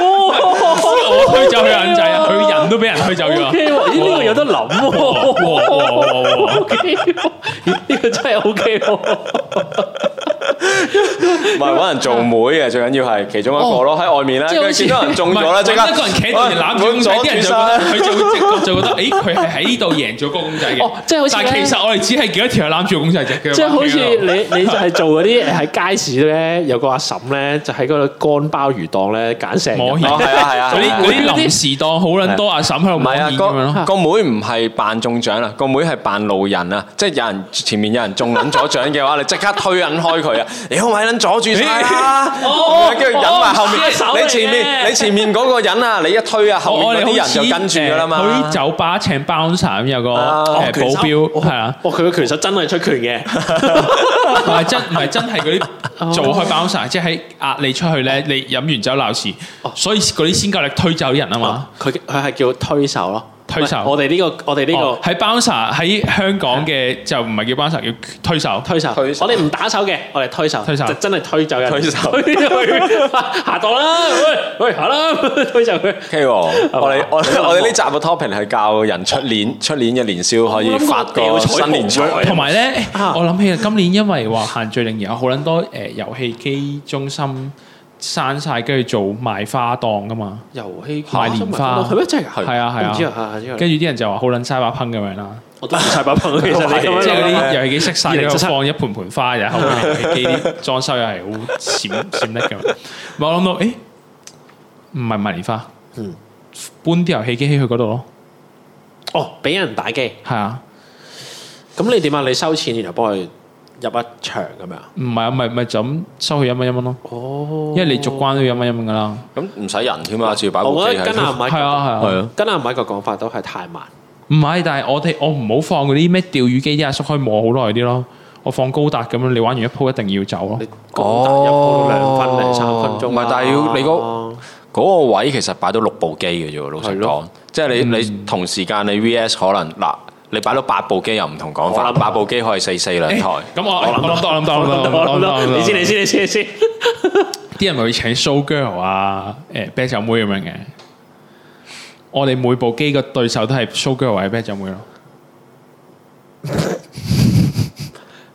S3: 我推走佢人仔啊，佢人都俾人推走咗啊。
S1: OK 喎，咦呢個有得諗 喎。
S3: 哇哇哇哇哇
S1: OK 喎，呢個真係 OK 喎。
S2: 唔係揾人做妹嘅，最緊要係其中一個咯，喺外面咧，
S1: 即係好
S2: 跟住
S1: 似
S2: 見到人中咗咧，即刻
S3: 一個人企喺度攬住公仔，啲人就覺得佢就會直覺就覺得，誒佢係喺呢度贏咗個公仔嘅。
S1: 哦即係好似
S3: 但
S1: 咧
S3: 係其實我哋只係幾多條攬住個公仔啫。佢
S1: 即係好似
S3: 話
S1: 你你就係做嗰啲喺街市咧，有個阿嬸咧就喺嗰度乾鮑魚檔咧揀成日
S3: 摸險
S2: 哦係啊係啊
S3: 嗰啲
S1: 係
S3: 嗰啲
S1: 啊
S3: 臨時檔好撚多阿嬸喺度
S2: 唔
S3: 摸
S2: 係
S3: 險
S2: 啊，
S3: 咁樣
S2: 個
S3: 咯。
S2: 個妹唔係扮中獎啊，個妹係扮路人啊，即係有人前面有人中撚咗獎嘅話，你即刻推撚開佢啊！屌咪撚阻住晒啦，跟住引埋後面
S1: 哦手嚟嘅
S2: 你前面你前面嗰個人啊，你一推啊，後
S3: 我
S2: 面嗰
S3: 哋好
S2: 啲人
S3: 似
S2: 就跟住㗎啦
S3: 誒好
S2: 嘛
S3: 似。酒吧請 bouncer 咁有個
S2: 啊
S3: 誒
S2: 哦
S3: 保鏢係啊，
S1: 哇！佢個拳手真係出拳嘅，
S3: 唔係真唔係真係嗰啲做開 bouncer，即係喺壓你出去咧，你飲完酒鬧事，所以嗰啲先夠力推走啲人啊嘛。
S1: 佢佢係叫推手咯，
S3: 推手
S1: 唔係我哋呢個我哋
S3: 哦
S1: 呢
S3: 喺 bouncer 喺香港嘅就唔係叫 bouncer，叫推手
S1: 個。推手，
S2: 推手
S1: 我哋唔打手嘅，我哋推手，
S3: 推手
S1: 就真係推走人，
S2: 推手
S1: 推走佢 下檔啦，喂喂下啦， 推走佢。
S2: OK 喎，我哋我
S1: 係嘛
S2: 哋我哋呢集嘅 topic 係教人出年出年嘅年宵可以發個
S1: 我諗過掉彩
S2: 新年
S1: 虹
S2: 財
S1: 啊。
S3: 同埋咧，
S1: 啊
S3: 我諗起啊，今年因為話限聚令，而有好撚多誒遊戲機中心閂晒，跟住做賣花檔噶嘛。
S1: 遊戲
S3: 賣蓮花
S1: 係咩真係㗎？
S3: 係啊係啊
S1: 我唔知啊，係啊，係啊
S3: 跟住啲人就話好撚嘥把烹咁樣啦。
S4: 我都唔晒把朋，其實你咁
S3: 即係嗰
S4: 樣啊
S3: 啲遊戲機熄晒，
S1: 2077
S3: 你又放一盆盆 花，然後後面遊戲機啲裝修又係好閃閃得咁。我諗到，誒、唔係迷你花，
S1: 嗯
S3: 搬啲遊戲機去嗰度咯，
S4: 哦，俾人打機，
S3: 係啊，
S4: 咁你點啊？你收錢然後幫佢入一場咁樣。
S3: 唔係啊，咪咪就咁收佢一蚊一蚊咯，
S4: 哦
S3: 因為你逐關都要一蚊一蚊噶啦，
S2: 咁唔使人添嘛，只要擺部
S4: 我
S2: 機
S4: 覺得
S2: 喺
S4: 跟
S2: 度
S4: 阿。米
S3: 係啊係
S2: 係
S3: 啊，
S2: 啊，
S4: 跟阿米個講法都係太慢。
S3: 唔係，但係我哋我唔好放嗰啲咩釣魚機啲阿啊叔可以磨好耐啲咯，我放高達咁樣，你玩完一鋪一定要走咯
S4: 你，高達入鋪兩分
S1: 哦
S4: 零三分
S2: 唔
S4: 鐘啦，啊
S2: 係但係要你嗰嗰個位其實擺到六部機嘅啫喎，老實
S4: 係
S2: 講
S4: 咯，
S2: 即係你你同時間你 VS 可能嗱，你擺到八部機又唔同講法，
S4: 我諗
S2: 八部機可以四四兩台。
S3: 咁我我諗到我諗到我諗到我諗到我諗到，
S4: 你先，你先，你先，你先。
S3: 啲人咪會請 show girl 啊，誒、啤酒妹咁樣嘅。我哋每部機個對手都係 show girl 或者啤酒妹咯。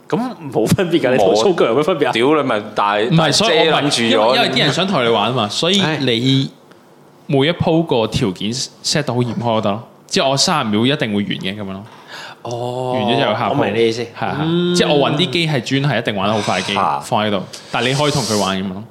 S4: 咁冇分別㗎，你同
S2: 冇
S4: 蘇格有咩分別啊？
S2: 屌你咪大
S3: 唔係，所以
S2: 遮
S3: 我咪
S2: 撚
S3: 因為
S2: 住
S3: 因為
S2: 咗
S3: 啲。人想同你玩啊嘛，所以
S4: 唉
S3: 你每一鋪個條件 set 到好嚴苛就得咯。即係我三十秒一定會完嘅咁樣咯，
S4: 哦，
S3: 完咗就下鋪。
S4: 我明你意思，
S3: 係係，即係我揾啲機係專係一定玩得好快嘅機
S2: 嚇
S3: 放喺度，但係你可以同佢玩咁樣咯。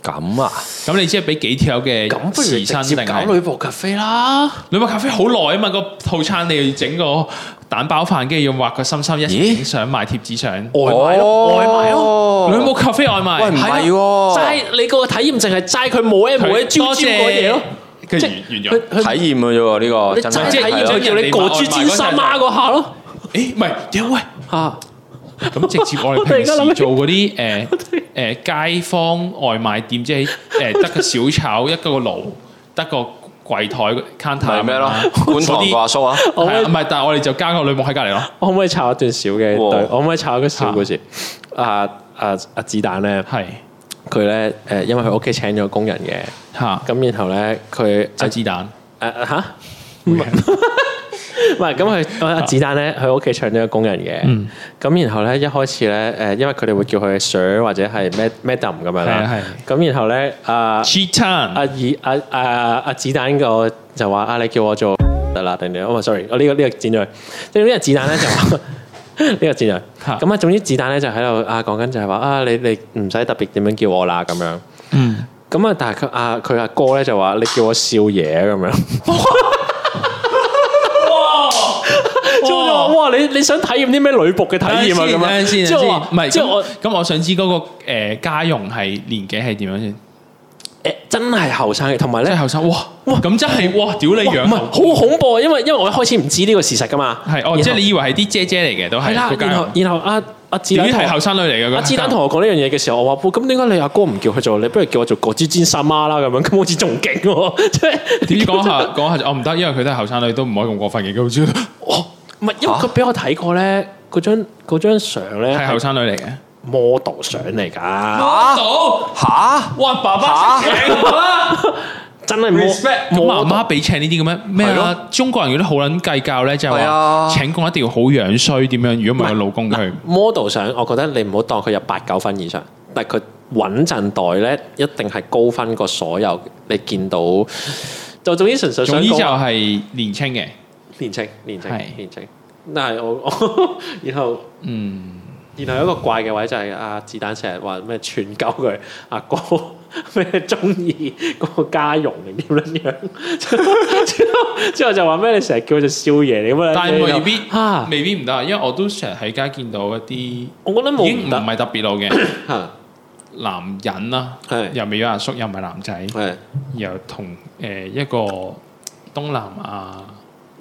S2: 咁啊，
S3: 咁你即係俾幾條友嘅
S4: 咁不
S3: 時
S4: 如
S3: 薪
S4: 直
S3: 定
S4: 接搞
S3: 係？
S4: 女仆咖啡啦。
S3: 兩個咖啡好耐啊嘛，個套餐你要整個蛋包飯，跟住要畫個心心一
S2: 咦
S3: 影相賣貼紙相。
S4: 外賣咯，外賣咯。
S2: 哦
S3: 兩個咖啡外賣，
S2: 喂唔
S4: 係啊
S2: 係喎，
S4: 齋你個體驗淨係齋佢冇 M
S3: 佢
S4: 冇 M
S3: 多
S4: 招招
S3: 謝
S4: 嗰嘢咯，
S3: 跟住
S4: 即
S3: 完完
S4: 佢
S3: 咗。
S2: 體
S4: 佢
S2: 驗嘅啫喎，呢
S4: 你
S2: 個真
S4: 真係
S2: 係啊
S4: 體驗就叫
S1: 啊
S4: 你過豬煎三媽嗰下咯
S3: 誒唔係，屌喂，
S1: 啊
S4: 嚇。
S3: 咁直接我哋
S4: 突然
S3: 平
S4: 間諗
S3: 時
S4: 起
S3: 做嗰啲誒誒街坊外賣店，即係誒得個小炒，一個爐，得個櫃台 counter
S2: 咪咩咯
S3: 咁樣？
S2: 觀塘個阿叔啊，
S3: 嗰啲係啊唔係，但係我哋就加個女木喺隔離咯。
S1: 我可唔可以抄一段小嘅？對，
S2: 哇
S1: 我可唔可以抄一個小故事？啊啊啊！子彈咧，
S3: 係
S1: 佢咧誒，因為佢屋企請咗工人嘅，
S3: 嚇，
S1: 咁然後咧佢
S3: 執子彈
S1: 誒嚇， 啊唔係咁佢阿子彈咧，佢屋企請咗個工人嘅，咁然後咧一開始咧誒，因為佢哋會叫佢 Sir 或者係咩 Madam 咁樣
S3: 係啊
S1: 啦，咁然後咧啊。
S3: cheat time
S1: 阿以阿阿阿子彈個就話啊，你叫我做
S3: 嗯
S1: 得啦，定定哦，sorry，我呢個呢個剪咗佢。即係呢個子彈咧就話 呢個剪咗
S3: 嚇
S1: 佢。咁啊，總之子彈咧就喺度啊講緊就係話啊，你你唔使特別點樣叫我啦咁樣。
S3: 嗯，
S1: 咁啊，但係佢啊佢阿哥咧就話你叫我少爺啊咁樣。即係我就話哇！你你想體驗啲咩女僕嘅體驗啊？咁
S3: 等陣
S1: 樣，即
S3: 先等陣先
S1: 係我話
S3: 唔係
S1: 即係我
S3: 咁咁，我想知嗰個誒家用係年紀係點樣先？
S1: 誒真係後生嘅，同埋
S3: 即
S1: 咧
S3: 係後生，哇哇，咁真係哇，屌你
S1: 哇
S3: 樣
S1: 唔係好恐怖啊！因為因為我一開始唔知呢個事實噶嘛。
S3: 係哦，
S1: 然
S3: 即係
S1: 後
S3: 你以為係啲姐姐嚟嘅都
S1: 係
S3: 係啊
S1: 啦
S3: 個，家
S1: 然後
S3: 用，
S1: 然後阿阿子
S3: 屌
S1: 彈同
S3: 係後生啊女嚟嘅。
S1: 阿子彈同我講呢樣嘢嘅時候，我話：，咁點解你阿哥唔叫佢做？你不如叫我做果汁煎三媽啦咁樣，咁好似仲勁喎！即係
S3: 點知講啊下講下就，我唔得，因為佢都係後生女，都唔可以咁過分嘅。佢好似
S1: 哦，唔係因為佢俾我睇過咧，嗰張嗰張相咧
S3: 係後
S1: 係
S3: 生女嚟嘅。
S1: model 相嚟㗎，
S2: 嚇
S3: 到
S2: 嚇，
S3: 哇，爸
S2: 爸
S3: 請我啦
S1: 真係
S3: ，respect。咁啊媽媽俾請呢啲咁樣咩
S2: 係
S3: 啊
S2: 咯？
S3: 中國人嗰啲好撚計較咧，就係
S2: 係
S3: 話
S2: 啊
S3: 請工一定要好樣衰點樣，如果唔係個老公佢
S1: model 相，我覺得你唔好當佢有八九分以上，但係佢穩陣袋咧一定係高分過所有你見到。就總之純粹想
S3: 總之就
S1: 講話
S3: 係年青嘅。
S1: 年青年青
S3: 係
S1: 年青，但係我我 然後。
S3: 嗯，
S1: 然後有一個怪嘅位就係阿子彈成日話咩串鳩佢阿哥 咩中意嗰個家傭定點樣樣， 之後之後就話咩你成日叫佢做少爺你咁樣，
S3: 但係未必
S1: 嚇，
S3: 未必唔得，因為我都成日喺街見到一啲已
S1: 我覺得冇
S3: 經
S1: 唔
S3: 唔
S1: 得
S3: 係特別老嘅
S1: 嚇，
S3: 男人啦，
S1: 係
S3: 又未有阿叔，又唔係男仔，
S1: 係
S3: 又同誒一個東南亞，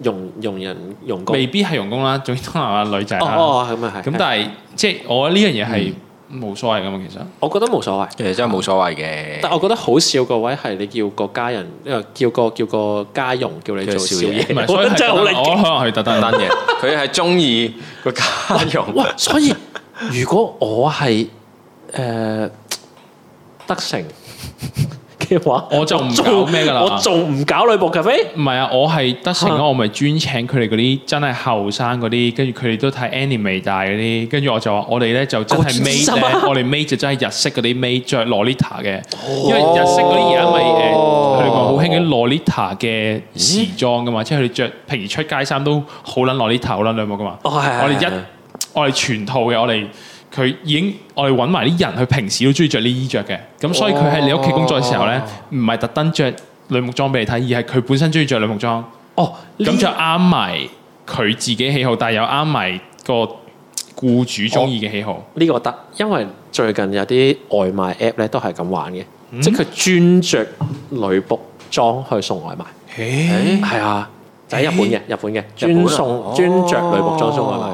S1: 用用人用工，
S3: 未必係傭工啦，總之東南亞女仔
S1: 哦
S3: 啦。
S1: 哦咁啊係，嗯
S3: 咁但係即係我覺得呢樣嘢係冇所謂噶嘛，其實
S1: 我覺得冇所謂。
S2: 其實真係冇所謂嘅。
S1: 但我覺得好笑個位係你叫個家人，因為叫個叫個家傭叫你做
S2: 叫
S1: 少
S2: 少爺
S1: 爺，
S3: 唔係，
S1: 我
S3: 所以
S1: 覺得真係好
S3: 係
S1: 離
S3: 我
S1: 奇。
S3: 可能係特登
S2: 單嘢，佢係中意個家用。
S1: 哇！所以如果我係誒、呃、德成嘅
S5: 嘅話，
S3: 我就唔
S5: 做
S3: 搞咩㗎啦
S5: 我仲唔搞女仆咖啡？
S3: 唔係啊，我係得成啊，我咪專請佢哋嗰啲真係後生嗰啲，跟住佢哋都睇 anime 大嗰啲，跟住我就話我哋咧就哦真係
S5: 嗰啲
S3: maid
S5: 衫
S3: 咧
S5: 啊，
S3: 我哋 maid 就真係日式嗰啲 maid 着 lolita 嘅，因為日式嗰啲而家咪誒佢哋話好興啲 lolita 嘅時裝噶嘛，即係佢哋着平時出街衫都好撚 lolita 好撚兩個噶嘛，
S5: 哦係係
S3: 我哋
S5: 係
S3: 一我哋全套嘅，我哋佢已經我哋揾埋啲人，佢平時都中意着呢衣着嘅，咁所以佢喺你屋企工作嘅時候咧，唔係特登着女木裝俾你睇，而係佢本身中意着女木裝。
S5: 哦，呢
S3: 咁就啱埋佢自己喜好，但係又啱埋個僱主中意嘅喜好。
S1: 呢個得，因為最近有啲外賣 app 咧都係咁玩嘅，
S3: 嗯
S1: 即係佢專着女仆裝去送外賣。係啊，就喺日本嘅，日本嘅專送哦專着女仆裝送外賣。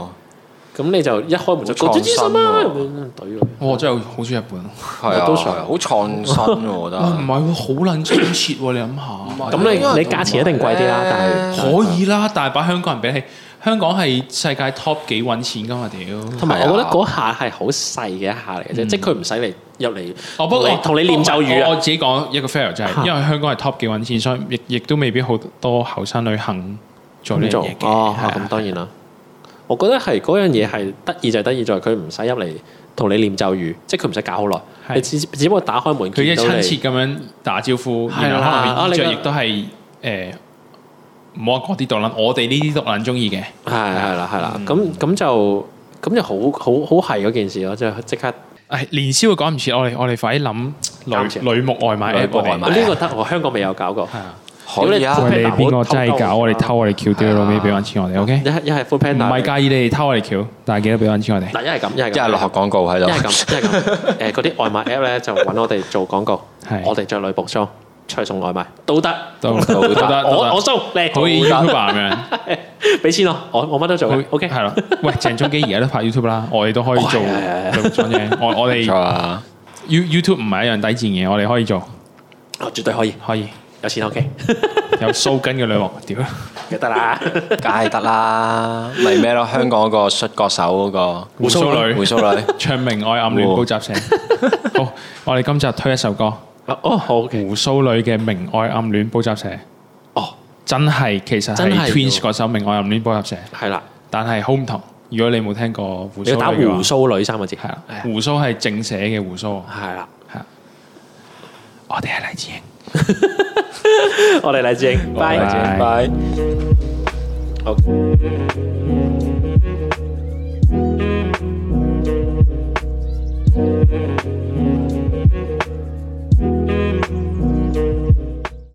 S1: 咁你就一開門就講
S2: 好創
S1: 專
S2: 新
S1: 心啊，咁樣懟佢。
S3: 我真係好中意日本。
S2: 係啊，
S1: 都想
S2: 好創新喎，我覺
S3: 哇，哦
S2: 得。
S3: 唔係喎，好撚親切喎！你諗下，
S1: 咁
S2: 因為
S1: 你你價錢一定貴啲啦，但係
S3: 可以啦，但係把香港人比起香港係世界 top 幾揾錢㗎嘛？屌！
S1: 同埋
S2: 係啊
S1: 我覺得嗰下係嗯好細嘅一下嚟嘅啫，即係佢唔使嚟入嚟，
S3: 我哦不過
S1: 同你同你念咒語
S3: 我我
S1: 啊。
S3: 自己講一個 fair 就係，因為香港係 top 幾揾錢，所以亦亦都未必好多後生女肯做呢
S1: 咁
S3: 樣
S1: 做
S3: 嘢嘅。
S1: 哦，
S3: 係啊
S1: 咁當然啦。我覺得係嗰樣嘢係得意就係得意在佢唔使入嚟同你念咒語，即係佢唔使搞好耐，
S3: 係
S1: 你只只不過打開門
S3: 佢
S1: 見
S3: 一
S1: 到
S3: 親
S1: 你
S3: 切咁樣打招呼，
S1: 係啦
S3: 然後
S1: 啊
S3: 可能佢衣着
S1: 你
S3: 亦都係誒，唔好話嗰啲獨撚，我哋呢啲獨撚中意嘅。
S1: 係係啦係啦，
S3: 嗯
S1: 咁咁就咁就好好好係嗰件事咯，即係即刻
S3: 誒，年宵會講唔切，我哋我哋快啲
S1: 搞唔切
S3: 諗女女木外賣
S2: 女
S3: app，
S2: 木
S3: 我
S2: 外
S3: 哋
S2: 賣
S1: 呢個得我香港未有搞過，
S3: 係啊，
S2: 可以啊，
S1: 喂
S3: 你
S1: 你
S3: 邊
S1: 邊
S3: 個
S1: 個
S3: 真
S1: 真係
S3: 係搞
S1: 搞
S3: 我
S1: 我哋
S3: 哋偷
S1: 偷
S3: 我哋橋屌老尾俾翻錢我哋，OK？
S1: 一係一係 full
S3: 唔
S1: plan，
S3: 係介意你哋偷我哋橋，但係記得俾翻錢我哋。
S1: 嗱一係咁一係咁，
S2: 一係落學廣告喺
S1: 一係
S2: 度。
S1: 咁，一係咁。 誒嗰啲外賣 app 咧就揾我哋做廣告
S3: 係，
S1: 我哋着女仆裝出去送外賣都得。
S3: 都
S2: 都
S3: 都
S2: 得
S3: 得，都
S1: 我我
S3: 得
S1: 送你，
S3: 好似 YouTube 咁樣
S1: 俾錢我，我我乜都做嘅。O K，
S3: 係啦。喂，鄭中基而家都拍 YouTube 啦，我哋都可以做
S1: 哦係係係
S3: 做做嘢。我我哋
S2: 錯啊！
S3: You YouTube 唔係一樣底賤嘅，我哋可以做，
S1: 我絕對可以，
S3: 可以
S1: 有錢 O K，
S3: 有鬚根嘅女王，屌！
S1: 就 得啦。
S2: 梗係得啦，咪咩咯？香港嗰個摔角手嗰個
S3: 胡鬚女
S2: 胡鬚女，
S3: 唱明愛暗戀補習社。好，我哋今集推一首歌，
S1: 哦好，O K，
S3: 胡鬚女嘅明愛暗戀補習社，
S1: 哦
S3: 真係其實係
S1: 真係
S3: Twins
S1: 喎
S3: 嗰首明愛暗戀補習社，
S1: 係啦，
S3: 但係好唔同。如果你冇聽過胡
S1: 你要打
S3: 鬚女嘅話
S1: 胡，鬚女三個字，
S3: 係啦，胡鬚係正寫嘅胡鬚，
S1: 係啦。
S3: 係啊。我哋係黎智英。
S1: 我哋黎智英，拜
S3: 黎智英拜。
S1: 好。
S6: Hãy subscribe cho kênh Ghiền Mì Gõ Để không bỏ lỡ